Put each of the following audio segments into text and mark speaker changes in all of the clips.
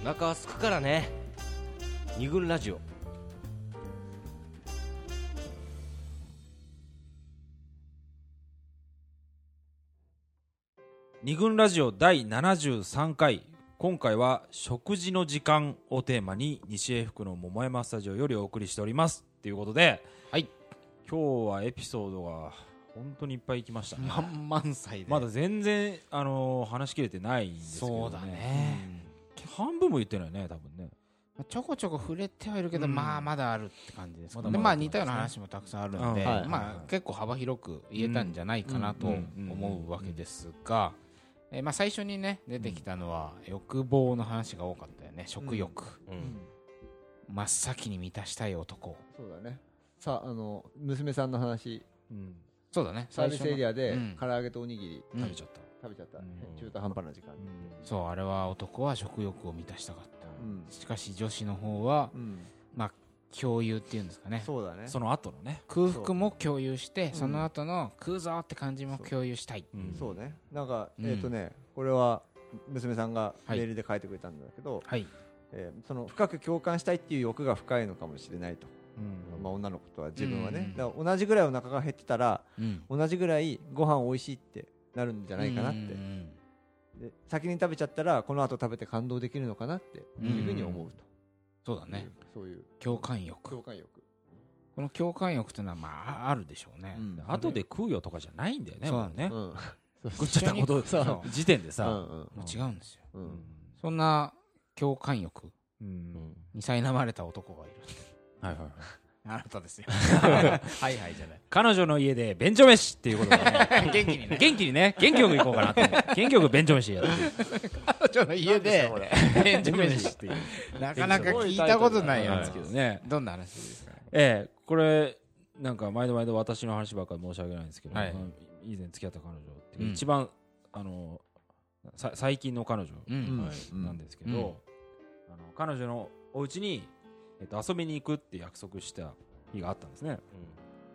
Speaker 1: お腹はすくからね二軍ラジオ
Speaker 2: 二軍ラジオ第73回今回は食事の時間をテーマに西英福の桃山スタジオよりお送りしておりますということで
Speaker 1: はい
Speaker 2: 今日はエピソードが本当にいっぱい来ましたね、
Speaker 1: 満々歳で
Speaker 2: まだ全然、あのー話し切れてないんですけど、ね、
Speaker 1: そうだね
Speaker 2: うん半分も言ってないね多分ね
Speaker 3: まあちょこちょこ触れてはいるけど、
Speaker 2: うん
Speaker 3: まあまだあるって感じですかね
Speaker 2: まだ
Speaker 3: ま
Speaker 2: まだ
Speaker 3: あ似たような話もたくさんあるので、
Speaker 2: うん
Speaker 1: はいはい
Speaker 3: まあ結構幅広く言えたんじゃないかなと
Speaker 2: うんうん
Speaker 3: 思うわけですが、えーまあ最初にね出てきたのは欲望の話が多かったよね食欲、
Speaker 1: うん
Speaker 3: 真っ先に満たしたい男
Speaker 4: そうだね。さあ、の、娘さんの話、
Speaker 2: うん
Speaker 3: そうだね
Speaker 4: サービスエリ
Speaker 3: ア
Speaker 4: アで
Speaker 3: うん、
Speaker 4: 唐揚げとおにぎり
Speaker 2: 食べちゃった、
Speaker 4: 食べちゃった。
Speaker 2: うん
Speaker 4: 中途半端な時間。
Speaker 3: そうあれは男は食欲を満たしたかった、
Speaker 4: うん
Speaker 3: しかし女子の方は
Speaker 4: うん。
Speaker 3: 共有っていうんですかね
Speaker 4: そうだね。
Speaker 2: その後のね、
Speaker 3: 空腹も共有して
Speaker 4: ん
Speaker 3: その後の食うぞって感じも共有したい、
Speaker 2: うん
Speaker 4: そうね。なんか、
Speaker 3: うん
Speaker 4: えっとね、これは、娘さんが
Speaker 3: はい
Speaker 4: メールで書いてくれたんだけど、
Speaker 3: はい
Speaker 4: えーその深く共感したいっていう欲が深いのかもしれないと、
Speaker 2: うん
Speaker 4: まあ、女の子とは自分は
Speaker 3: うん
Speaker 4: ね、だから同じぐらいお腹が減ってたら
Speaker 3: うん
Speaker 4: 同じぐらいご飯美味しいってなるんじゃないかなって
Speaker 3: うんうんうん
Speaker 4: で先に食べちゃったらこの後食べて感動できるのかなっていうふうに思う
Speaker 3: そ
Speaker 4: と、
Speaker 3: うだね
Speaker 4: そういう
Speaker 3: 共感欲
Speaker 4: 共感欲、
Speaker 3: この共感欲というのはまああるでしょうね、
Speaker 4: うん
Speaker 2: 後で食うよとかじゃないんだよね
Speaker 3: そう
Speaker 2: もうね
Speaker 4: うん
Speaker 2: 食っちゃったこと
Speaker 3: そう
Speaker 2: さ時点で
Speaker 4: う
Speaker 2: さ、
Speaker 4: ん
Speaker 3: もう違うんですよ
Speaker 4: うんうん
Speaker 3: そんな共感欲
Speaker 2: うん
Speaker 3: に苛まれた男がいる
Speaker 2: はいはいはい
Speaker 3: あなたですよ はいはいじゃ
Speaker 2: 彼女の家で便所飯っていうことで ね
Speaker 3: ない元気にね
Speaker 2: 元気にね、元気よく行こうかなって。元気よく便所飯やって。
Speaker 3: ちょっと家で
Speaker 2: 便所飯 っていう。
Speaker 3: なかなか聞いたことないや
Speaker 2: で
Speaker 3: つ
Speaker 2: すけどね。
Speaker 3: どんな話ですか
Speaker 2: ええ、これ、なんか毎度毎度私の話ばっかり申し訳ないんですけど、
Speaker 3: はい
Speaker 2: その以前付き合った彼女って
Speaker 3: う
Speaker 2: いうん一番、あの、さ最近の彼女
Speaker 3: うん、
Speaker 4: うん
Speaker 2: なんですけど、あの彼女のお家に、えっと、遊びに行くって約束した日があったんですね。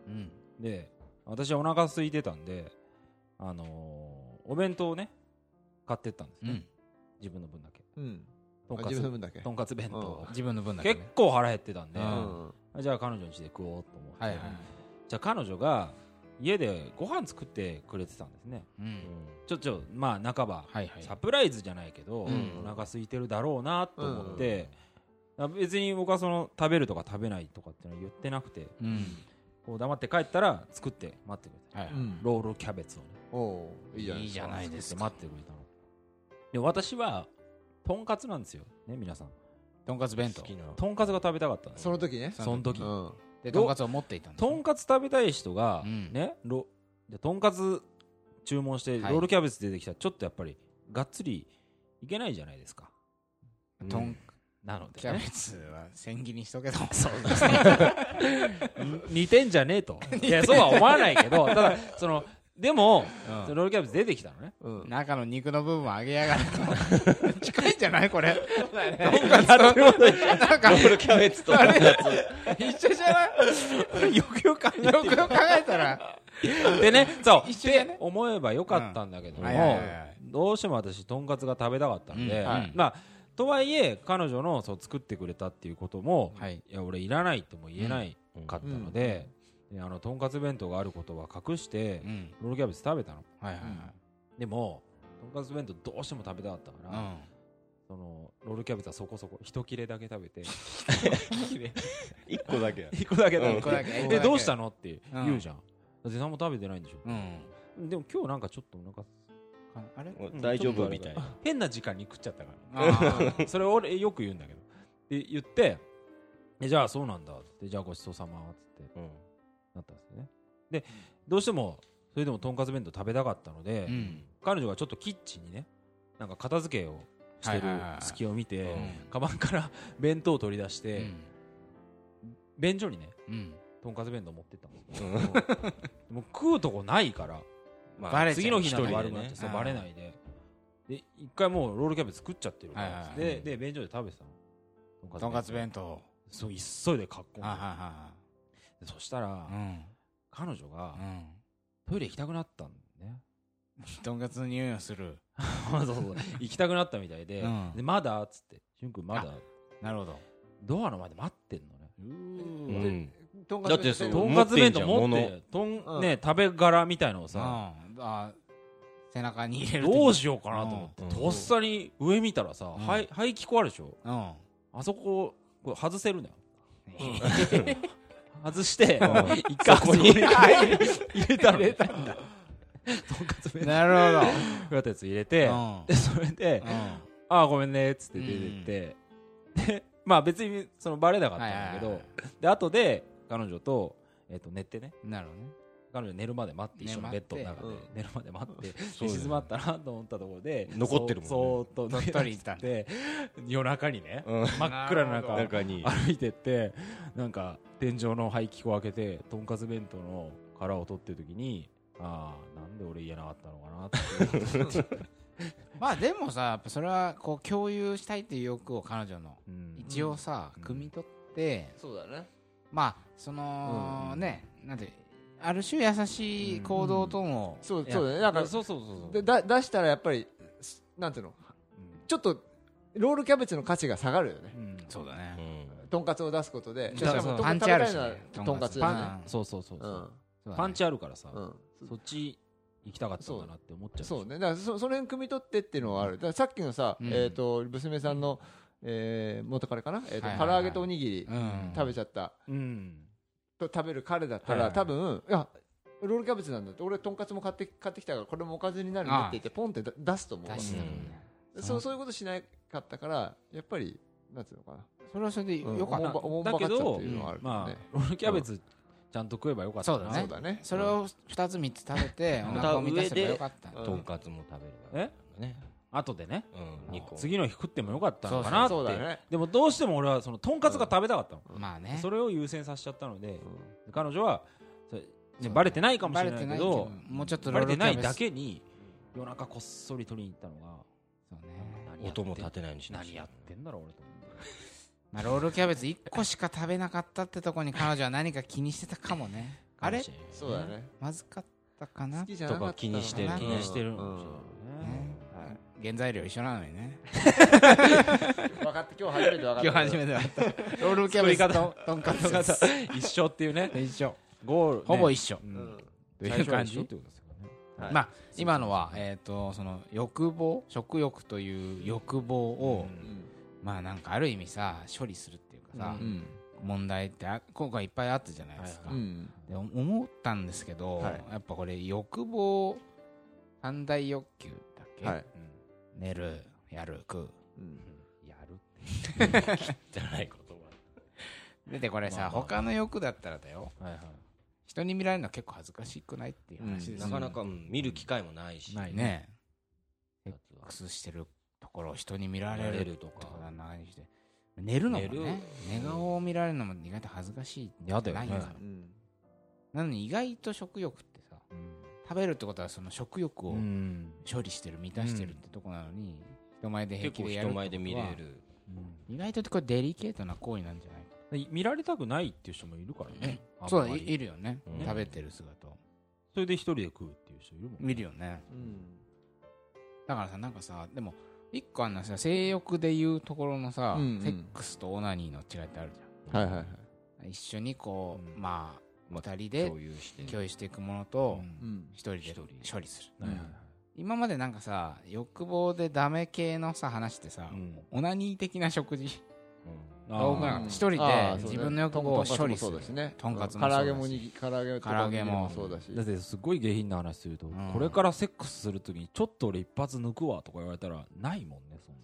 Speaker 3: うん
Speaker 2: で私はお腹空いてたんで、あのーお弁当をね買ってったんです
Speaker 3: う
Speaker 2: ね、
Speaker 3: ん、
Speaker 2: 自分の分だけ
Speaker 4: うん
Speaker 2: とん
Speaker 4: あ
Speaker 2: か
Speaker 4: 自
Speaker 2: つ
Speaker 4: 分の分だけ
Speaker 2: とんかつ弁当を、
Speaker 3: 自分の分だけ、ね、
Speaker 2: 結構腹減ってたんで、
Speaker 3: う
Speaker 4: うん
Speaker 2: じゃあ彼女の家で食おうと思って、
Speaker 3: はいはい、
Speaker 2: じゃあ彼女が家でご飯作ってくれてたんですね、
Speaker 3: うん
Speaker 2: ちょちょまあ半ば、
Speaker 3: はいはい
Speaker 2: サプライズじゃないけど、
Speaker 3: うん
Speaker 2: お腹空いてるだろうなと思って、別に僕はその食べるとか食べないとかっていうのは言ってなくて
Speaker 3: うん
Speaker 2: こう黙って帰ったら作って待ってくれた
Speaker 3: はいはい
Speaker 4: うん
Speaker 2: ロールキャベツをね
Speaker 4: おおういいじゃない
Speaker 3: いいじゃないですか
Speaker 2: 待ってくれたので私はとんかつなんですよね皆さん
Speaker 3: とんかつ弁当
Speaker 2: とんかつが食べたかったんです
Speaker 4: その時ね
Speaker 3: そ
Speaker 2: その時
Speaker 4: うん
Speaker 3: でとんかつを持っていたんです
Speaker 2: と
Speaker 3: ね、
Speaker 2: んかつ食べたい人が
Speaker 3: うん
Speaker 2: ねロでとんかつ注文してロ
Speaker 3: はい
Speaker 2: ールキャベツ出てきたらちょっとやっぱりがっつりいけないじゃないですか
Speaker 3: とん
Speaker 2: なの
Speaker 3: キ
Speaker 2: で
Speaker 3: ャベ
Speaker 2: ね
Speaker 3: ツは千切りにしとけとそう
Speaker 2: 似てんじゃねえと いやそうは思わないけどただそのでも
Speaker 3: う
Speaker 2: ロールキャベツ出てきたのね
Speaker 4: うん
Speaker 3: ん中の肉の部分を揚げやがる 近いんじゃないこれ なんか
Speaker 1: キャベツと
Speaker 3: 一緒じゃない よくよく考えよくよく考えたら
Speaker 2: でね、そう、
Speaker 3: 一緒だね
Speaker 2: って思えばよかったんだけども、
Speaker 3: うんはいはいはいはい
Speaker 2: どうしても私、とんかつが食べたかったんで、
Speaker 3: うんはい
Speaker 2: まあ、とはいえ、彼女のそう作ってくれたっていうことも、
Speaker 3: はい
Speaker 2: いや、俺、いらないとも言えないかったので、であのとんかつ弁当があることは隠して
Speaker 3: う、ん
Speaker 2: ロールキャベツ食べたの。
Speaker 3: はいはい
Speaker 2: でも、とんかつ弁当どうしても食べたかったから、
Speaker 3: はい
Speaker 2: そのロールキャベツはそこそこ、一切れだけ食べて、
Speaker 1: 1個だけ
Speaker 2: 一個だけ
Speaker 1: うん
Speaker 2: 食
Speaker 3: 一個
Speaker 2: べ
Speaker 3: だ
Speaker 2: て、
Speaker 3: け
Speaker 2: え、どうした
Speaker 3: の
Speaker 2: のって言うじゃん。だって何も食べてないんでしょ。
Speaker 3: うん
Speaker 2: でも今日なんかちょっとお腹
Speaker 3: ああれ
Speaker 2: うん
Speaker 1: 大丈夫みたい
Speaker 2: ちょっとあれ
Speaker 1: な
Speaker 2: が変な時間に食っちゃったか
Speaker 3: あー
Speaker 2: ら それ俺よく言うんだけどって言ってえじゃあそうなんだってじゃあごちそうさまっつってなったんですよねでどうしてもそれでもとんかつ弁当食べたかったので、
Speaker 3: うん
Speaker 2: 彼女がちょっとキッチンにねなんか片付けをしてる
Speaker 3: はいはいはい
Speaker 2: 隙を見て、
Speaker 3: うん
Speaker 2: カバンから 弁当を取り出して、便所にね
Speaker 3: うん
Speaker 2: とんかつ弁当持ってったんですよ、もう食うとこないから
Speaker 1: ま
Speaker 3: バレちゃう
Speaker 2: 次の日なんか
Speaker 1: 一人
Speaker 2: 悪
Speaker 1: で
Speaker 2: く
Speaker 1: ね
Speaker 2: なって、そう
Speaker 3: あー
Speaker 2: バレないでで一回もうロールキャベツ食っちゃってるから、
Speaker 3: はいはいはい
Speaker 2: でで便所で食べてたの
Speaker 3: とんかつ弁当
Speaker 2: 当そう急いで格好
Speaker 3: あは
Speaker 2: そしたら、
Speaker 3: いはいうん
Speaker 2: 彼女が
Speaker 3: うん
Speaker 2: トイレ行きたくなったんだよね
Speaker 3: とんかつの匂いをする
Speaker 2: そうそう行きたくなったみたいで,、
Speaker 3: うん
Speaker 2: でまだっつってしゅんくんまだ
Speaker 3: なるほど。
Speaker 2: ドアの前で待ってんのね
Speaker 1: う
Speaker 4: で
Speaker 1: ん、
Speaker 4: とん
Speaker 1: だってそ
Speaker 4: の
Speaker 2: と
Speaker 1: うん
Speaker 2: かつ弁当持
Speaker 1: 持
Speaker 2: っ
Speaker 1: っててん
Speaker 2: と
Speaker 4: 物
Speaker 2: んね食べ殻みたいのを
Speaker 3: うん、
Speaker 2: さ
Speaker 3: あー背中に入れる
Speaker 2: どう
Speaker 3: し
Speaker 2: しようかなと思って、
Speaker 1: うん
Speaker 2: とっさに上見たらさ、
Speaker 3: うん
Speaker 2: 排排気口あるでしょ
Speaker 3: うん。あ
Speaker 2: あそここれ外せるのよ 外して一回ここに入れたのねとんかつ弁
Speaker 3: なる ほど。
Speaker 2: 当やったやつ入れ て、
Speaker 3: うん
Speaker 2: でそれで「ああごめんね」っつって出てって、でまあ別にそのバレなかったんだけど、
Speaker 3: はいはい
Speaker 2: で後で彼女と,、えっと寝てね
Speaker 3: うん。なるほどね。
Speaker 2: 彼女寝るまで待って一緒のベッドの中で
Speaker 4: ね
Speaker 2: 寝るまで待って、
Speaker 1: うだよね
Speaker 2: 静まったなと思ったところで
Speaker 1: 残ってるもんね
Speaker 2: そそーっと
Speaker 3: どっ
Speaker 2: 抜
Speaker 3: と
Speaker 2: け
Speaker 3: り行ったんだ。
Speaker 2: て夜中にね
Speaker 1: うん、
Speaker 2: 真っ暗な
Speaker 3: なる
Speaker 2: 中
Speaker 1: 中に
Speaker 2: 歩いてってなんか天井の排気口を開けてとんかつ弁当の殻を取ってる時にああなんで俺言えなかったのかなって
Speaker 3: まあでもさ、やっぱそれはこう共有したいっていう欲を彼女の
Speaker 2: うん
Speaker 3: 一応さ、
Speaker 2: うん
Speaker 3: 汲み取って、
Speaker 4: そうだね
Speaker 3: まあそのね、なんてある種優しい行動とも、
Speaker 4: そうそうだねなんか
Speaker 2: そうそうそうそう
Speaker 4: でだ出したらやっぱりすなんていうのちょっとロールキャベツの価値が下がるよね
Speaker 2: うんうん
Speaker 3: そうだ
Speaker 1: う
Speaker 3: ね。
Speaker 1: ん
Speaker 4: とんかつを出すこと
Speaker 2: そ
Speaker 4: で
Speaker 2: うそう
Speaker 4: しかも
Speaker 3: パン
Speaker 4: とんか
Speaker 3: チあ
Speaker 4: つ食
Speaker 3: る
Speaker 4: べ
Speaker 3: し
Speaker 4: たいのは
Speaker 3: ね、
Speaker 4: とんかつ
Speaker 3: パ
Speaker 4: だね
Speaker 3: ン
Speaker 2: そうそうそうそううん
Speaker 3: そうだね
Speaker 2: パンチあるからさ
Speaker 4: うん
Speaker 2: そっち行きたかったんだなって思っちゃう
Speaker 4: そうねだからそその辺汲み取ってっていうのはあるだからさっきのさ
Speaker 3: うん
Speaker 4: えっと娘さんのえー元彼かな
Speaker 3: は
Speaker 4: えー
Speaker 3: い
Speaker 4: と
Speaker 3: はい
Speaker 4: 唐
Speaker 3: はい
Speaker 4: 揚げとおにぎり
Speaker 3: うん
Speaker 4: 食べちゃった
Speaker 2: うん
Speaker 4: と食べる彼だった
Speaker 2: はい
Speaker 4: ら
Speaker 2: はい
Speaker 4: 多分いやロールキャベツなんだって俺とんかつも買って買ってきたからこれもおかずになるねって言ってポンってだ出すと思うわ
Speaker 3: 出してたもんね
Speaker 4: そうそういうことしなかったからやっぱりなんていうのかな
Speaker 3: それはそれでよかっ
Speaker 4: おも
Speaker 3: た
Speaker 4: んばおもんばかったっていうのはある
Speaker 2: ま
Speaker 4: ね
Speaker 2: あロールキャベツちゃんと食えばよかった
Speaker 3: そう
Speaker 2: な
Speaker 3: だね
Speaker 4: そうだね
Speaker 3: それを2つ3つ食べてお腹を満たせばよかったんだ
Speaker 4: うん
Speaker 1: とんかつも食べればね
Speaker 2: 後でね
Speaker 1: うん2個
Speaker 2: 次の日食ってもよかったのかなっ
Speaker 4: そうだ
Speaker 2: て
Speaker 4: ね
Speaker 2: でもどうしても俺はそのとんかつが食べたかったの
Speaker 3: まあね
Speaker 2: それを優先させちゃったので
Speaker 4: うん
Speaker 2: 彼女はそれ
Speaker 3: うだね
Speaker 2: バレてないかもしれないけ
Speaker 3: バレてない
Speaker 2: ど
Speaker 3: けどもうちょっとロ
Speaker 2: バ
Speaker 3: ー
Speaker 2: レ
Speaker 3: ル
Speaker 2: て
Speaker 3: キ
Speaker 2: な
Speaker 3: ャベツ
Speaker 2: いだけに夜中こっそり取りに行ったのが
Speaker 3: そうね
Speaker 2: 何やって
Speaker 1: 音も立てないようにしな
Speaker 2: 何やってんだろう俺と思って
Speaker 3: まあロールキャベツ1個しか食べなかったってとこに彼女は何か気にしてたかもねあれ
Speaker 4: そうだね
Speaker 3: まずかったかな
Speaker 4: 好きじゃなかったの
Speaker 1: とか気にして
Speaker 2: 気
Speaker 1: る
Speaker 4: うん
Speaker 2: にしてるのか
Speaker 4: うん
Speaker 2: もしれないね
Speaker 3: ね
Speaker 4: はい
Speaker 3: 原材料一緒なのにね
Speaker 4: 分かって今日初めて分かっ
Speaker 3: 今
Speaker 4: た
Speaker 3: 日初めてだったロールキャベツととんかつが
Speaker 2: 一緒っていうね
Speaker 3: 一緒
Speaker 2: ゴールね
Speaker 3: ほぼ一緒
Speaker 2: う
Speaker 4: うんん
Speaker 3: という
Speaker 2: 最
Speaker 3: 感
Speaker 2: 初は一緒っ
Speaker 3: じ
Speaker 2: てことですよね
Speaker 4: はい
Speaker 3: まあ今のはえっとその欲望食欲という欲望をまあなんかある意味さ処理するっていうかさ、
Speaker 2: う
Speaker 4: うん
Speaker 3: 問題ってあ今回いっぱいあったじゃないですか、
Speaker 4: うん
Speaker 3: でお思ったんですけど、
Speaker 4: はい
Speaker 3: やっぱこれ欲望三大欲求だっけ、
Speaker 4: はい
Speaker 3: 寝るやる食う
Speaker 4: うん
Speaker 2: やる
Speaker 1: じゃない言
Speaker 3: ででこれさ、
Speaker 2: まあまあ
Speaker 3: 他の欲だったらだよ
Speaker 2: はいは
Speaker 3: 人に見られるのは結構恥ずかしくないっていう話
Speaker 1: 葉
Speaker 3: です
Speaker 1: な
Speaker 3: よ、
Speaker 1: かなかうん見る機会もないし
Speaker 2: ない
Speaker 3: ね
Speaker 1: やつは
Speaker 3: 隠すしてるところを人に見ら
Speaker 1: ら
Speaker 3: れ
Speaker 1: れ
Speaker 3: る
Speaker 1: ると
Speaker 3: と
Speaker 1: か
Speaker 3: かないして寝るのも
Speaker 1: 寝る
Speaker 3: ね寝顔を見られるのも意外と恥ずかしいって
Speaker 2: やだよ
Speaker 3: な
Speaker 2: ね
Speaker 3: いから
Speaker 4: うん
Speaker 3: なのに意外と食欲ってさ食べるってことはその食欲
Speaker 2: う
Speaker 3: を
Speaker 2: ん
Speaker 3: 処理してる満たしてるってとこなのに、人前で平
Speaker 1: 結
Speaker 3: 気
Speaker 1: 構
Speaker 3: でや
Speaker 1: 人
Speaker 3: るってことは
Speaker 1: 前で見れる
Speaker 3: 意外とこれデリケートな行為なんじゃないか
Speaker 2: で見られたくないっていう人もいるからねあんまり
Speaker 3: そうだいいるよね、
Speaker 1: うん
Speaker 3: 食べてる姿を
Speaker 2: それで一人で食うっていう人いるもん
Speaker 3: 見るよね
Speaker 4: うん
Speaker 3: だからさなんかさでも一個あんなさ性欲でいうところのさ、
Speaker 4: うんうん
Speaker 3: セックスとオナニーの違いってあるじ
Speaker 4: はいはいはい
Speaker 3: ゃん一緒にこう、
Speaker 2: うん
Speaker 3: まあ
Speaker 1: まあ
Speaker 3: 2人で
Speaker 1: 共有して
Speaker 3: 共有していくものと
Speaker 2: うん
Speaker 4: うん
Speaker 3: 一人で
Speaker 1: 一人
Speaker 3: 処理する
Speaker 2: はいはいはい
Speaker 3: 今までなんかさ欲望でダメ系のさ話ってさ、
Speaker 2: うん
Speaker 3: オナニー的な食事
Speaker 2: あー
Speaker 3: 青くなかった一人で
Speaker 4: あーそうね
Speaker 3: 自分の欲望を処理す
Speaker 4: とん
Speaker 3: る
Speaker 4: かつもそうだしね
Speaker 3: とんかつも
Speaker 4: 唐
Speaker 3: そうだし
Speaker 4: 揚げもにぎ唐揚げとか
Speaker 3: 唐揚げも
Speaker 4: そうだし
Speaker 2: だってすごい下品な話すると、
Speaker 3: ん
Speaker 2: これからセックスするときにちょっと俺一発抜くわとか言われたらないもんねそんな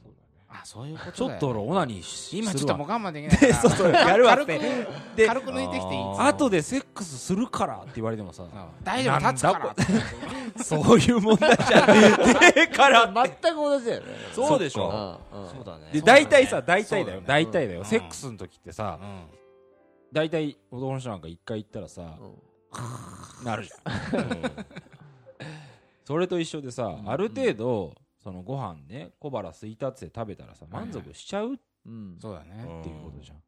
Speaker 3: あそういうことだよ
Speaker 2: ちょっと俺オナニーし
Speaker 3: 今
Speaker 2: す
Speaker 3: ちょっ
Speaker 2: る
Speaker 3: と
Speaker 2: わ
Speaker 3: もう我慢できな いからそうそうやるわって
Speaker 2: で
Speaker 3: 軽く抜いてきていい
Speaker 1: あー
Speaker 2: 後でセックスするからって言われてもさ
Speaker 3: 大丈夫立つから
Speaker 2: そういう問題じゃねえから
Speaker 4: 全く同じだよね
Speaker 2: そうでし
Speaker 1: そっ
Speaker 2: ょ
Speaker 1: か
Speaker 4: うんうん
Speaker 1: そうだね
Speaker 2: で大体さ大
Speaker 3: そ
Speaker 2: 体
Speaker 3: うだ
Speaker 2: だ
Speaker 3: よ
Speaker 2: よ
Speaker 3: ね
Speaker 2: 大体だ
Speaker 3: う
Speaker 2: よ
Speaker 3: ん
Speaker 2: セックスの時ってさ大体男の人なんか一回行ったらさ
Speaker 4: うん
Speaker 2: なるじゃんそれと一緒でさある程度そのご飯ね小腹すいたっつって食べたらさ満足しちゃうっ
Speaker 4: うん
Speaker 3: そうだね
Speaker 2: ていうことじゃん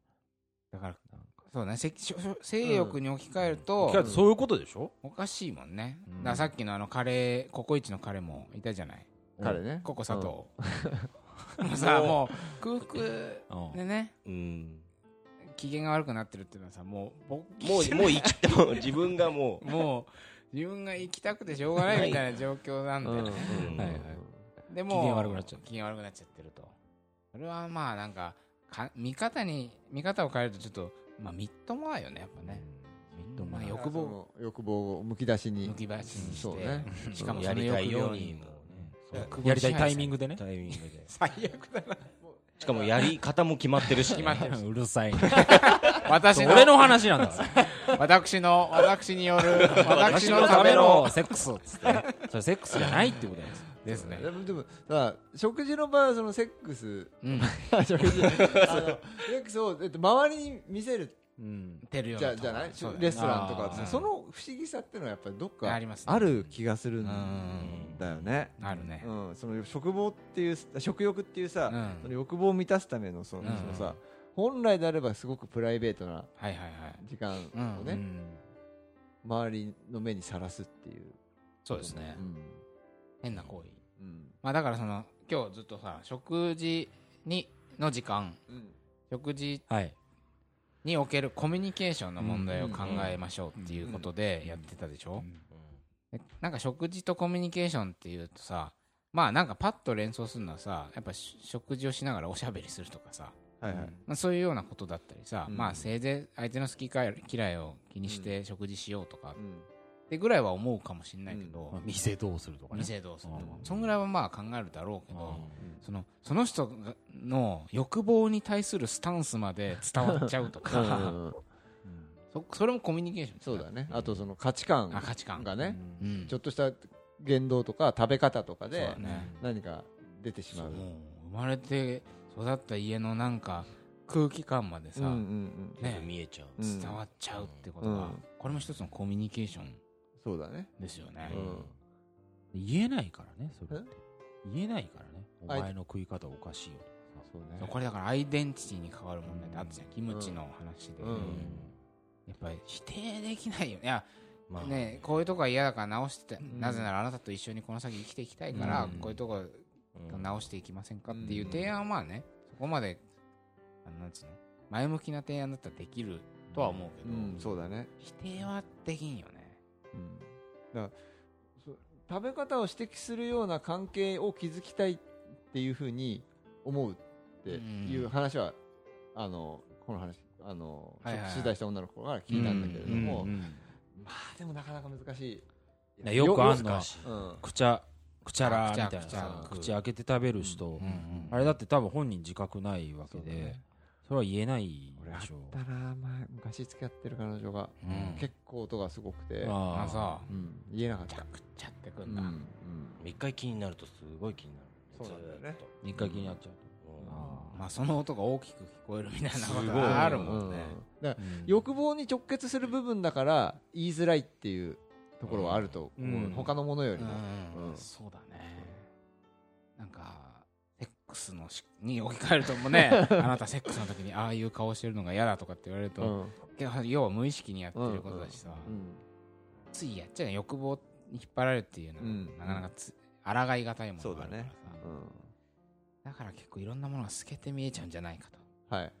Speaker 3: だから
Speaker 2: なんか
Speaker 3: そうだねせしょ性欲に置き換えると
Speaker 2: けどそういうことでしょ
Speaker 3: おかしいもんね
Speaker 2: うん
Speaker 3: だからさっきのあのカレーココイチのカレーもいたじゃない
Speaker 4: 彼ね
Speaker 3: ココ佐藤 もうさもう空腹
Speaker 2: うん
Speaker 3: でね
Speaker 1: うん
Speaker 3: 機嫌が悪くなってるっていうのはさもうも
Speaker 1: もうもう生きてもう自分がも
Speaker 3: もう自分が行きたくてしょうがないみたいな状況なんだよね、
Speaker 1: う、うん
Speaker 2: はいはい
Speaker 3: でも
Speaker 2: 機嫌悪くなっちゃう
Speaker 3: 機嫌悪くなっちゃってるとそれはまあなんかか見方に見方を変えるとちょっとまあみっともないよねやっぱね、
Speaker 2: みっともない
Speaker 3: まあ
Speaker 4: 欲
Speaker 3: 欲望
Speaker 4: 望欲望をむき出しに
Speaker 3: むき出しにして、
Speaker 4: そうね
Speaker 3: しかも
Speaker 1: や
Speaker 3: その
Speaker 1: りたい
Speaker 3: 欲
Speaker 1: よ
Speaker 3: 望
Speaker 1: うに
Speaker 3: に
Speaker 1: もうね
Speaker 3: 欲望に
Speaker 2: やりたいタイミン
Speaker 3: グ
Speaker 2: グでね
Speaker 1: タイミングで
Speaker 3: 最悪だな
Speaker 1: しかもやり方も決まってるし、ね、
Speaker 3: 決まってる
Speaker 2: うるさい
Speaker 3: 私の
Speaker 2: 俺の話なんだ
Speaker 3: 私の私による
Speaker 2: 私
Speaker 3: 私の
Speaker 2: の
Speaker 3: た
Speaker 2: た
Speaker 3: め
Speaker 2: め
Speaker 3: の
Speaker 2: のセックスっつってねそれセックスじゃないっていうことなんですよ
Speaker 3: ですね
Speaker 4: でもでもさ食事の場合はそのセックス
Speaker 3: うん
Speaker 4: 食事あのセックスをえっと周りに見せる
Speaker 2: うん
Speaker 3: てるよう
Speaker 4: じゃ
Speaker 3: な
Speaker 4: じゃない
Speaker 3: そうだね
Speaker 4: レストランと
Speaker 2: あ
Speaker 4: か
Speaker 2: ー
Speaker 4: その不思議さってのはやっぱりどっか
Speaker 3: ありますね
Speaker 4: ある気がするん
Speaker 3: うん
Speaker 4: だよね。
Speaker 3: あるね
Speaker 4: うん、その食望っていう食欲っていうさ、
Speaker 3: うん
Speaker 4: その欲望を満たすためのその,、
Speaker 3: うん
Speaker 4: そのさ本来であればすごくプライベートな
Speaker 3: はいはいはい
Speaker 4: 時間をね、
Speaker 2: うん
Speaker 4: 周りの目にさらすっていう、
Speaker 3: そうですね
Speaker 4: うん
Speaker 3: 変な行為
Speaker 4: うん
Speaker 3: まあだからその今日ずっとさ食事にの時間
Speaker 4: うん
Speaker 3: 食事
Speaker 2: はい
Speaker 3: におけるコミュニケーションの問題を考えましょうっていうことでやってたでしょ、でなんか食事とコミュニケーションっていうとさまあなんかパッと連想するのはさやっぱし食事をしながらおしゃべりするとかさ、
Speaker 4: はいはい
Speaker 3: まあ、そういうようなことだったりさ、
Speaker 4: うん
Speaker 3: まあせいぜい相手の好きか嫌いを気にして食事しようとかっ
Speaker 4: うん
Speaker 3: てぐらいは思うかもしれないけど、
Speaker 2: まあ店どうするとかね
Speaker 3: 店どうするとか、
Speaker 2: うん
Speaker 3: そんぐらいはまあ考えるだろうけど、
Speaker 2: う
Speaker 3: そのその人がの欲望に対するスタンスまで伝わっちゃうと
Speaker 4: う
Speaker 3: か
Speaker 4: ん
Speaker 2: ん
Speaker 3: そ それもコミュニケーション
Speaker 4: そうだねあとその価値観
Speaker 3: あ価値観
Speaker 4: がね、
Speaker 3: うん
Speaker 4: ちょっとした言動とか食べ方とか
Speaker 3: そう
Speaker 4: で
Speaker 3: だね
Speaker 4: 何か出てし
Speaker 3: そ
Speaker 4: ま
Speaker 3: う
Speaker 4: う。
Speaker 3: もう生まれて育った家のなんか空気感までさ、
Speaker 4: うんうんうん
Speaker 1: 全部
Speaker 3: ね
Speaker 1: 見えちゃう、
Speaker 4: うん
Speaker 3: 伝わっちゃうってことが、
Speaker 4: うん
Speaker 3: これも一つのコミュニケーション
Speaker 4: そうだね。
Speaker 3: ですよね
Speaker 4: う、ん
Speaker 2: 言えないからねそれって言えないからねお前の食い方おかしいよ
Speaker 4: そ
Speaker 3: そ
Speaker 4: う
Speaker 3: う
Speaker 4: ね。
Speaker 3: これだからアイデンティティに関わる問題ってあったじゃんキムチの話で、
Speaker 4: うん
Speaker 3: やっぱり否定できないよねいや
Speaker 1: まあ
Speaker 3: ねこういうとこは嫌だから直してて、
Speaker 4: ん
Speaker 3: なぜならあなたと一緒にこの先生きていきたいから、
Speaker 1: うん
Speaker 3: こういうとこ
Speaker 1: うん
Speaker 3: 直していきませんかっていう提案はまあねそこまであのなんつうの前向きな提案だったらできるとは思うけど、
Speaker 4: うん、そうだね。
Speaker 3: 否定はできんよね
Speaker 4: うん。だからそう食べ方を指摘するような関係を築きたいっていうふうに思うっていう話は、あの、この話、あの、
Speaker 3: はいはいはい
Speaker 4: 取材した女の子から聞いたんだけれども、
Speaker 2: うん
Speaker 4: まあでもなかなか難しい。
Speaker 2: ねよくあんのは
Speaker 4: うん。
Speaker 2: くちゃくちゃら
Speaker 3: あ
Speaker 2: みた
Speaker 3: くちゃ
Speaker 2: いなさ
Speaker 3: くちゃ
Speaker 2: 口開けて食べる人あれだって多分本人自覚ないわけ
Speaker 4: そうだ
Speaker 2: で
Speaker 4: ね
Speaker 2: それは言えない
Speaker 4: 俺あっ
Speaker 2: でしょう
Speaker 4: たな前昔付き合ってる彼女が、
Speaker 3: うん
Speaker 4: 結構音がすごくて、
Speaker 3: あ
Speaker 2: あ
Speaker 3: あ
Speaker 2: ー
Speaker 3: そ
Speaker 4: うん、言えなかっ
Speaker 3: うくち
Speaker 4: た
Speaker 3: ゃくちゃってく
Speaker 4: うん
Speaker 3: だ、
Speaker 4: ん
Speaker 1: 一回気になるとすごい気になる
Speaker 4: そうなんだよね
Speaker 1: ずーっと
Speaker 2: 一回気になっちゃう
Speaker 1: うん
Speaker 3: まあその音が大きく聞こえるみたいなこと
Speaker 1: すごい
Speaker 3: があるもんね、
Speaker 4: うんだから
Speaker 2: うん
Speaker 4: 欲望に直結する部分だから言いづらいっていうところはあると思う、
Speaker 2: うん
Speaker 4: 他のものより
Speaker 3: う
Speaker 4: も、
Speaker 3: ん
Speaker 4: うん
Speaker 3: そうだねなんかセックスのしに置き換えるともうねあなたセックスの時にああいう顔してるのが嫌だとかって言われる
Speaker 4: う
Speaker 3: と、
Speaker 4: ん
Speaker 3: けど要は無意識にやってることだしさ、ついやっちゃう欲望に引っ張られるっていうのは、
Speaker 4: うん
Speaker 3: なかなかつ抗いがたいものがあるからさ
Speaker 4: そうだねうん
Speaker 3: だから結構いろんなものが透けて見えちゃうんじゃないかと
Speaker 4: はい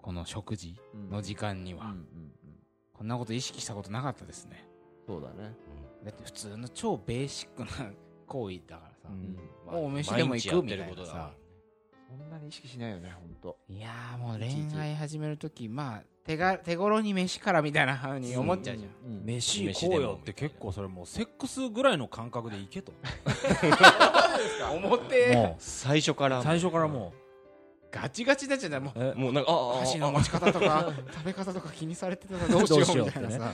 Speaker 3: この食事の時間には、
Speaker 4: うんうんうん
Speaker 3: こんなこと意識したことなかったですね
Speaker 4: そうだね、
Speaker 3: だって普通の超ベーシックな行為だから
Speaker 2: う
Speaker 3: さ、
Speaker 2: ん
Speaker 1: まあ
Speaker 3: もうお飯でも行くみたいな
Speaker 1: 毎日やってる
Speaker 3: さ
Speaker 1: ことだからね
Speaker 4: そんなに意識しないよね本当
Speaker 3: いやーもう恋愛始める時まあ手が手頃に飯からみたいなふうに思っちゃうじゃん、
Speaker 4: うん
Speaker 2: 飯行こうよって結構それもうセックスぐらいの感覚で行けと
Speaker 3: 思って
Speaker 2: も
Speaker 1: 最初から
Speaker 2: う最初からも
Speaker 3: ガチガチだっちゃないもう
Speaker 2: うえ
Speaker 1: もうなんかああああ
Speaker 3: 箸の持ち方と か食べ方とか気にされてたらどうし
Speaker 2: どうし
Speaker 3: よ
Speaker 2: よ
Speaker 3: う
Speaker 2: う
Speaker 3: み
Speaker 2: ったて
Speaker 3: い
Speaker 2: ね
Speaker 3: なさ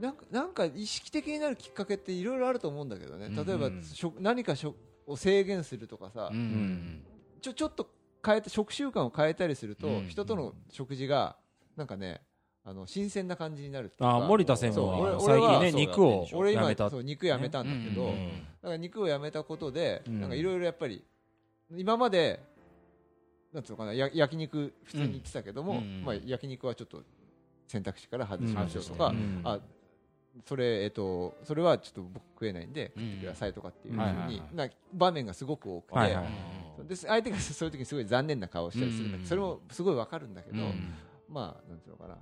Speaker 4: なんかなんか意識的になるきっかけっていろいろあると思うんだけどね例えば、
Speaker 3: うん
Speaker 4: 食何か食を制限するとかさ、
Speaker 3: うんうん
Speaker 4: ちょちょっと変えた食習慣を変えたりすると、
Speaker 3: うん
Speaker 4: 人との食事がなんかねあの新鮮な感じになるっていうか
Speaker 2: あー森田専務
Speaker 4: そう
Speaker 2: は
Speaker 4: 俺
Speaker 2: 最
Speaker 4: 俺は
Speaker 2: 近ね
Speaker 1: そう
Speaker 2: 肉を
Speaker 4: 俺
Speaker 2: や
Speaker 4: 今
Speaker 2: めた
Speaker 4: そう肉やめたんだけど、
Speaker 3: うん
Speaker 4: だから肉をやめたことで、
Speaker 2: うん
Speaker 4: なんかいろいろやっぱり今までなんつうのかなや焼肉普通に言ってたけども、
Speaker 3: うん
Speaker 4: まあ、焼肉はちょっと選択肢から外しましょうとか、
Speaker 2: うんうん
Speaker 4: あそれえっとそれはちょっと僕食えないんで
Speaker 3: うん
Speaker 4: 食ってくださいとかっていうふう
Speaker 3: うんはいはいは
Speaker 4: に
Speaker 3: い
Speaker 4: な場面がすごく多くて、
Speaker 2: はいはい
Speaker 1: ああ
Speaker 4: そうで相手がそういう時にすごい残念な顔をしたりするんだけ
Speaker 3: うん
Speaker 4: どそれもすごいわかるんだけど、
Speaker 3: うん
Speaker 4: まあなんていうのかな、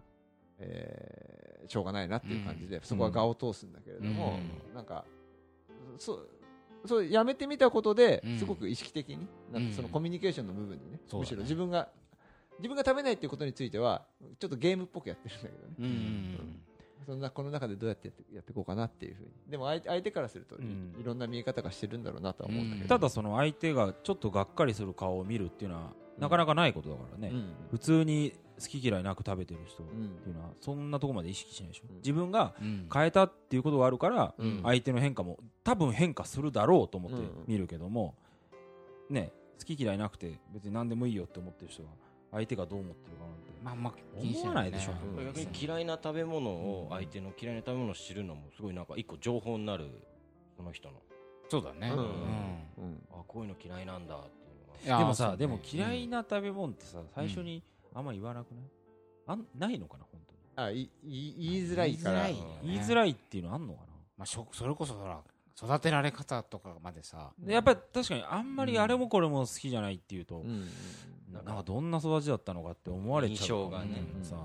Speaker 4: えーしょうがないなっていう感じで、そこは顔を通すんだけれども、なんかそうそうやめてみたことで
Speaker 3: うん
Speaker 4: すごく意識的に、なんかそのコミュニケーションの部分でね、
Speaker 3: そうだね
Speaker 4: むしろ自分が自分が食べないっていうことについてはちょっとゲームっぽくやってるんだけどね、
Speaker 3: うんうん
Speaker 4: そんなこの中でどうやってやってやっていこうかなっていうふうにでも相相手からするとい,、
Speaker 2: うん
Speaker 4: ろんな見え方がしてるんだろうなとは思うんだけど、
Speaker 2: ただその相手がちょっとがっかりする顔を見るっていうのはなかなかないことだからね、
Speaker 4: うん
Speaker 2: 普通に好き嫌いなく食べてる人っ
Speaker 4: うん
Speaker 2: ていうのはそんなとこまで意識しないでしょ、
Speaker 4: うん
Speaker 2: 自分が
Speaker 3: うん
Speaker 2: 変えたっていうことがあるから
Speaker 4: うん
Speaker 2: 相手の変化も多分変化するだろうと思って
Speaker 4: うん
Speaker 2: 見るけども、ね好き嫌いなくて別に何でもいいよって思ってる人は相手がどう思ってるかなんて
Speaker 3: まあまあ気にし
Speaker 2: 思わないでしょ
Speaker 4: うん
Speaker 1: 逆に嫌いな食べ物を相手の嫌いな食べ物を知るのもすごいなんか一個情報になるその人の
Speaker 3: そうだね
Speaker 4: うん
Speaker 3: う
Speaker 4: うん
Speaker 1: あこういうの嫌いなんだっていうのが
Speaker 3: んいや
Speaker 2: でもさ、
Speaker 3: そう
Speaker 2: で
Speaker 3: ね
Speaker 2: も嫌いな食べ物ってさ最初にあんま言わなくない、あんないのかな本当に
Speaker 4: あいい言いづらいから
Speaker 3: 言いづらいよね
Speaker 2: 言いづらいっていうのあんのかな、
Speaker 3: まあしょそれこそほら育てられ方とかまでさ
Speaker 2: でやっぱり確かにあんまりあれもこれも好きじゃないっていうと、
Speaker 4: うんうん
Speaker 2: なんかどんな育ちだったのかって思われちゃう
Speaker 1: 印象がね
Speaker 2: うんさ、
Speaker 3: ま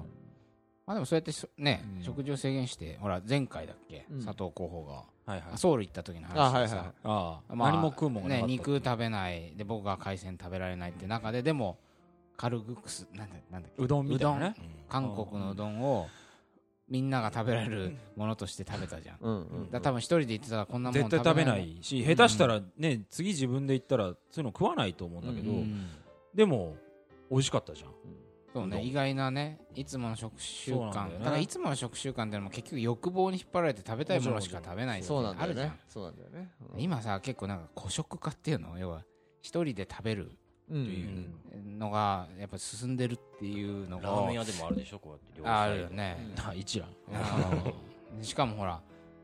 Speaker 3: あでもそうやってそね
Speaker 2: うん
Speaker 3: 食事を制限してほら前回だっけ
Speaker 4: うん
Speaker 3: 佐藤候補が
Speaker 2: はいはい
Speaker 3: あソウル行った時の
Speaker 4: あは
Speaker 3: 話
Speaker 4: い
Speaker 3: で
Speaker 4: はい
Speaker 3: さ
Speaker 2: ああ、
Speaker 3: まあ
Speaker 2: 何も食うもんがなかっ
Speaker 3: ね
Speaker 2: たって
Speaker 3: 肉食べないで僕が海鮮食べられないって中ででもカルグクスなんだなんだっけ
Speaker 2: うどんみたいなね
Speaker 3: 韓国のうどんをみんなが食べられるものとして食べたじゃんだか
Speaker 4: うんうん
Speaker 3: ら多分一人で行ってたらこんなもん
Speaker 2: 絶対食べな
Speaker 3: もん
Speaker 2: いし下手したらね次自分で行ったらそういうの食わないと思うんだけど、
Speaker 4: うん
Speaker 2: でも美味しかったじゃん
Speaker 3: そう
Speaker 2: うど
Speaker 3: ね
Speaker 2: ん
Speaker 3: 意外なねいつもの食習
Speaker 2: そうなんだ
Speaker 3: 慣
Speaker 2: よ
Speaker 3: だ,、
Speaker 2: ね
Speaker 3: からいつもの食習慣ってのも結局欲望に引っ張られて食べたいものしか食べないって
Speaker 4: そうなんだ
Speaker 3: あ
Speaker 4: よ
Speaker 3: るじゃ
Speaker 4: ね
Speaker 3: ん。
Speaker 4: そうなんだよね。うん
Speaker 3: 今さ結構なんか孤食化っていうの要は一人で食べる
Speaker 4: うん
Speaker 2: っていう、
Speaker 3: のがやっぱ進んでるっていうの
Speaker 1: ラ
Speaker 3: が
Speaker 1: ーメン屋でもあるでしょこうやって両
Speaker 3: あ
Speaker 1: サ
Speaker 3: あ
Speaker 1: イド
Speaker 3: るよね、
Speaker 2: な一覧
Speaker 3: うんしかもほら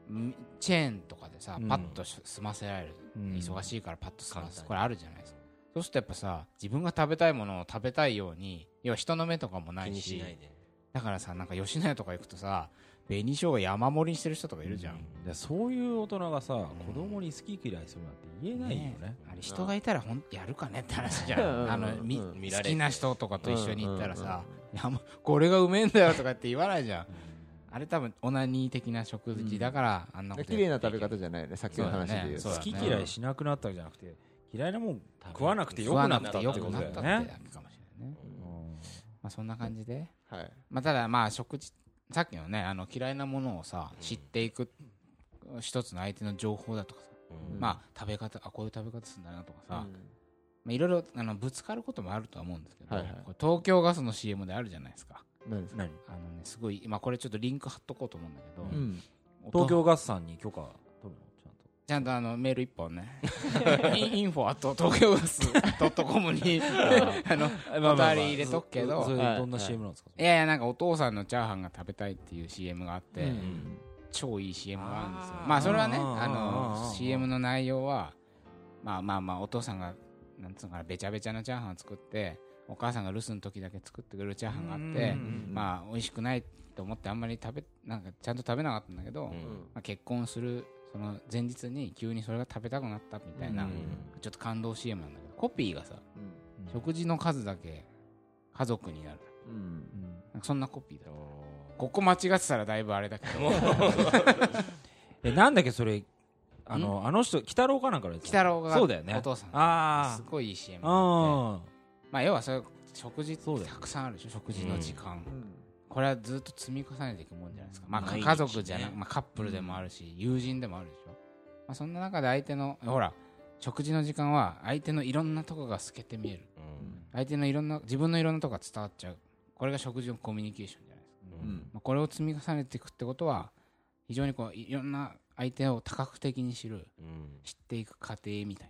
Speaker 3: んチェーンとかでさ
Speaker 2: うん
Speaker 3: パッとし済ませられる、
Speaker 2: うん
Speaker 3: 忙しいからパッと済ま
Speaker 1: 簡
Speaker 3: す
Speaker 1: 単に
Speaker 3: これあるじゃないですかそうするとやっぱさ自分が食べたいものを食べたいように要は人の目とかもな
Speaker 1: 気
Speaker 3: い
Speaker 1: に
Speaker 3: し
Speaker 1: しないで
Speaker 3: だからさなんか吉野家とか行くとさ紅生姜山盛りにしてる人とかいるじゃん、
Speaker 2: でそういう大人がさ子供に好き嫌いするなんて言えないよね
Speaker 3: あれ人がいたらほんやるかねって話じゃんあのみ
Speaker 4: うん
Speaker 1: 見られ
Speaker 3: 好
Speaker 1: て
Speaker 3: きな人とかと一緒に行ったらさ「いやもうこれがうめえんだよ」とかって言わないじゃんあれ多分オナニー的な食事だからあんなことやって
Speaker 4: 綺麗な食べ方じゃないよね。さっきの話で言う
Speaker 3: そ
Speaker 4: と
Speaker 3: うだ
Speaker 2: 好
Speaker 3: ね
Speaker 2: き嫌いしなくなったわけじゃなくて嫌いなもん食わなくて
Speaker 3: 食
Speaker 2: よ
Speaker 3: わ
Speaker 2: くなっ
Speaker 3: なく
Speaker 2: たってこ
Speaker 3: てよ
Speaker 2: と
Speaker 3: くな
Speaker 2: だ
Speaker 3: った
Speaker 2: よ
Speaker 3: って
Speaker 2: ね
Speaker 3: だけかもしれないね、
Speaker 2: うん
Speaker 3: まあ、そんな感じで、
Speaker 4: はい。
Speaker 3: まあ、ただまあ食事さっきのねあの嫌いなものをさ知っていく一つの相手の情報だとかさ、
Speaker 1: うん
Speaker 3: まあ食べ方あこういう食べ方するんだなとかさ、
Speaker 4: うん
Speaker 3: まあ、いろいろあのぶつかることもあるとは思うんですけど、
Speaker 4: はいはい
Speaker 3: これ東京ガスの CM であるじゃないですか
Speaker 4: 何ですか。
Speaker 2: 何
Speaker 3: あのねすごい、まあ、これちょっとリンク貼っとこうと思うんだけど、
Speaker 4: うん
Speaker 2: 東京ガスさんに許可取るのちゃんと
Speaker 3: ちゃんとあのメール一本ね インフォあと東京ガスドットコムにあのお便り入れとくけ
Speaker 2: そ
Speaker 3: ど
Speaker 2: れ
Speaker 4: はい
Speaker 2: どんな CM なんですか
Speaker 3: いやいやなんかお父さんのチャーハンが食べたいっていう CM があって、
Speaker 4: うん
Speaker 3: 超いい CM があるんですよ
Speaker 2: あー
Speaker 3: まあそれはね
Speaker 2: あー
Speaker 3: あ
Speaker 2: あーあ
Speaker 3: の
Speaker 2: ー
Speaker 3: CM の内容はまあまあまあお父さんがなんつうのかなべちゃべちゃのチャーハンを作ってお母さんが留守の時だけ作ってくれるチャーハンがあって
Speaker 2: うんうんうん
Speaker 3: まあ美味しくないと思ってあんまり食べなんかちゃんと食べなかったんだけ
Speaker 1: う
Speaker 3: ど、ま
Speaker 1: ん
Speaker 3: あ、結婚するその前日に急にそれが食べたくなったみたいな、
Speaker 4: うん
Speaker 3: ちょっと感動 CM なんだけどコピーがさ食事の数だけ家族になる
Speaker 4: うん
Speaker 3: なんかそんなコピーだったここ間違ってたらだいぶあれだけど
Speaker 2: えなんだっけそれあのあの人鬼太郎かなんかのやつ
Speaker 3: 鬼太郎が
Speaker 2: そうだよね
Speaker 3: お父さん
Speaker 2: あ
Speaker 3: すごいいい CM
Speaker 2: あ
Speaker 3: があって
Speaker 2: あ
Speaker 3: まあ要はそういう食事
Speaker 2: そうだよ
Speaker 3: たくさんあるでしょ食事の時間、
Speaker 4: うん
Speaker 3: これはずっと積み重ねていくもんじゃないですか、まあ、
Speaker 1: 毎日ね
Speaker 3: 家族じゃなく、まあ、カップルでもあるし、友人でもあるでしょ、まあ、そんな中で相手のほら食事の時間は相手のいろんなとこが透けて見える相手のいろんな自分のいろんなとこが伝わっちゃうこれが食事のコミュニケーションじゃないですか、
Speaker 4: うん
Speaker 3: まあ、これを積み重ねていくってことは非常にこういろんな相手を多角的に知る知っていく過程みたい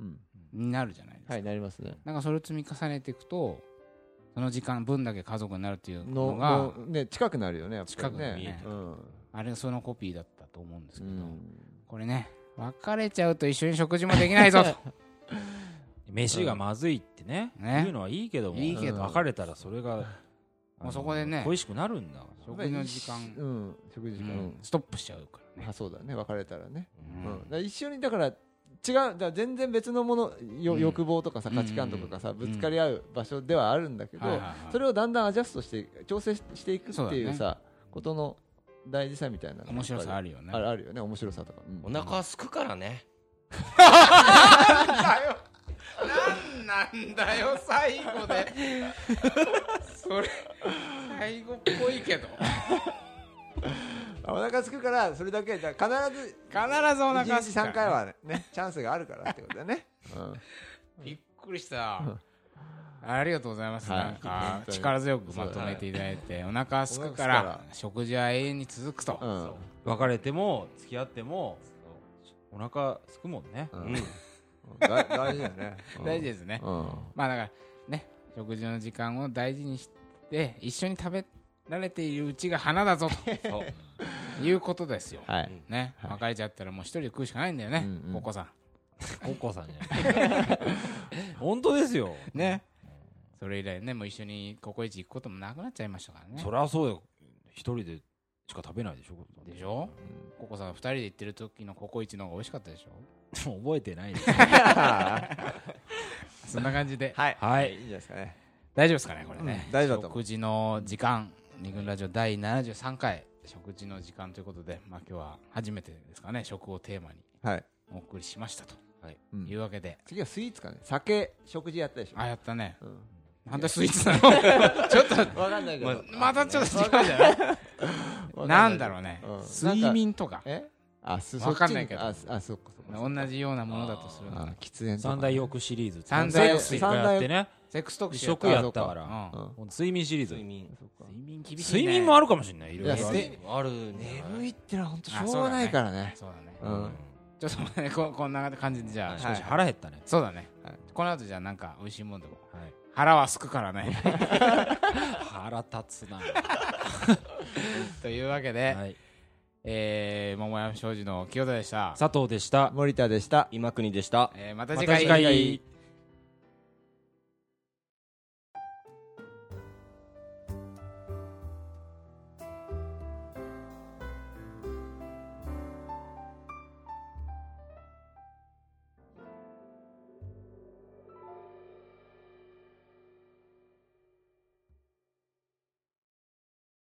Speaker 4: うん
Speaker 3: なになるじゃないですか、
Speaker 4: はいなりますね。
Speaker 3: なんかそれを積み重ねていくとその時間分だけ家族になるっていうの
Speaker 4: の
Speaker 3: が
Speaker 4: のね近くなるよねやっぱり
Speaker 3: 近くにね
Speaker 4: ね。うん
Speaker 3: あれがそのコピーだったと思うんです
Speaker 4: う
Speaker 3: けど、
Speaker 4: ん
Speaker 3: これね別れちゃうと一緒に食事もできない ぞと
Speaker 2: 飯がまずいってね
Speaker 3: ね
Speaker 2: 言うのはいいけども
Speaker 3: いいけど
Speaker 2: 別れたらそれがあの
Speaker 3: そこでね
Speaker 2: 恋しくなるんだから
Speaker 3: 食事の時間、
Speaker 4: うん食事時間。う
Speaker 3: うん
Speaker 4: ん
Speaker 3: ストップしちゃうからね
Speaker 4: あそうだね別れたらね。
Speaker 1: う
Speaker 4: うんだから一緒にだから違うだから全然別のものよ
Speaker 3: うん
Speaker 4: 欲望とかさ価値観とかがさぶつかり合う場所ではあるんだけど
Speaker 3: はいはいはい
Speaker 4: それをだんだんアジャストして調整ししていくって
Speaker 3: そうだ
Speaker 4: いう
Speaker 3: ね
Speaker 4: さことの大事さみたいなのが
Speaker 3: 面白さあるよね
Speaker 4: あるあるよね面白さとかうん
Speaker 1: お腹はすくからね
Speaker 3: なんだよ最後で それ最後っぽいけど
Speaker 4: お腹すくからそれだけだから必ず
Speaker 3: 必ずお腹
Speaker 4: 1
Speaker 3: す
Speaker 4: 日
Speaker 3: くから
Speaker 4: 3回はねチャンスがあるからってことだ ねうん
Speaker 3: びっくりしたありがとうございます、
Speaker 4: はい
Speaker 3: なんか力強くまとめていただいて、お腹すくから
Speaker 4: お腹すくから
Speaker 3: 食事は永遠に続くと、
Speaker 4: うん
Speaker 2: 別れても付き合ってもお腹すくもんね
Speaker 4: う
Speaker 1: うんん
Speaker 4: だ大事だよね
Speaker 3: 大事ですね、
Speaker 4: うん
Speaker 3: まあだからね食事の時間を大事にして一緒に食べられているうちが花だぞ
Speaker 1: そう
Speaker 3: ということですよ、
Speaker 4: はい
Speaker 3: ね、
Speaker 4: はい
Speaker 3: 別れちゃったらもう一人で食うしかないんだよね、
Speaker 4: うんうん
Speaker 3: お子さん
Speaker 2: 高校さんじゃない 本当ですよ
Speaker 3: ね、それ以来ねもう一緒にココイチ行くこともなくなっちゃいましたからね
Speaker 2: そりゃそうよ一人でしか食べないでしょ
Speaker 3: でしょ ココさん二人で行ってる時のココイチの方が美味しかったでしょ
Speaker 2: も う覚えてないです
Speaker 3: そんな感じで
Speaker 4: はい
Speaker 2: はい
Speaker 4: いいんじゃないですかね
Speaker 3: 大丈夫ですかねこれね、
Speaker 4: うん大丈夫だと思う
Speaker 3: 食事の時間二軍ラジオ第73回食事の時間ということでまあ今日は初めてですかね食をテーマに
Speaker 4: はい
Speaker 3: お送りしましたと
Speaker 4: うん
Speaker 3: いうわけで、
Speaker 4: 次はスイーツかね酒食事やったでしょ
Speaker 3: あやったね
Speaker 4: うん
Speaker 3: なんでスイーツなのちょっと
Speaker 4: わかんないけど
Speaker 3: またちょっと違うじゃないなんだろうね、
Speaker 4: うんなんか
Speaker 3: 睡眠とか
Speaker 4: えあすそ
Speaker 3: わ
Speaker 4: っ
Speaker 3: か
Speaker 4: ち
Speaker 3: んない
Speaker 4: に
Speaker 3: けど
Speaker 4: あすあそっかそっか
Speaker 3: 同じようなものだとするの
Speaker 4: あ喫煙とか
Speaker 2: 三大欲シリーズ
Speaker 3: 三
Speaker 4: 大
Speaker 2: セッ
Speaker 4: 欲
Speaker 2: クス一回やってね
Speaker 3: セックス特集
Speaker 2: 食やったか
Speaker 3: う
Speaker 2: ら
Speaker 3: ん
Speaker 4: うん
Speaker 2: もう睡眠シリーズ
Speaker 1: 睡眠
Speaker 4: そっか
Speaker 3: 睡眠厳しい、ね、
Speaker 2: 睡眠もあるかもしれないいろいろ
Speaker 4: いや
Speaker 2: あ
Speaker 4: 睡
Speaker 2: る
Speaker 4: 眠
Speaker 1: あるね
Speaker 4: 眠いってのは本当し
Speaker 3: あ
Speaker 4: ょうがないからね
Speaker 3: そうだね
Speaker 4: う
Speaker 1: うんん
Speaker 3: ちょっと待ってねここんな感じでじゃあ、
Speaker 1: はい
Speaker 2: しかし腹減ったね
Speaker 3: そうだね、
Speaker 4: はい
Speaker 3: この後じゃあなんか美味しいもんでも
Speaker 2: はい
Speaker 3: 腹はすくからね
Speaker 2: 腹立つな
Speaker 3: というわけで、
Speaker 2: はい
Speaker 3: えー、桃山商事の清田でした、
Speaker 2: 佐藤でした
Speaker 4: 森田でした
Speaker 1: 今国でした
Speaker 3: えーまた
Speaker 2: ま
Speaker 3: 次
Speaker 2: た
Speaker 3: 回
Speaker 2: 次回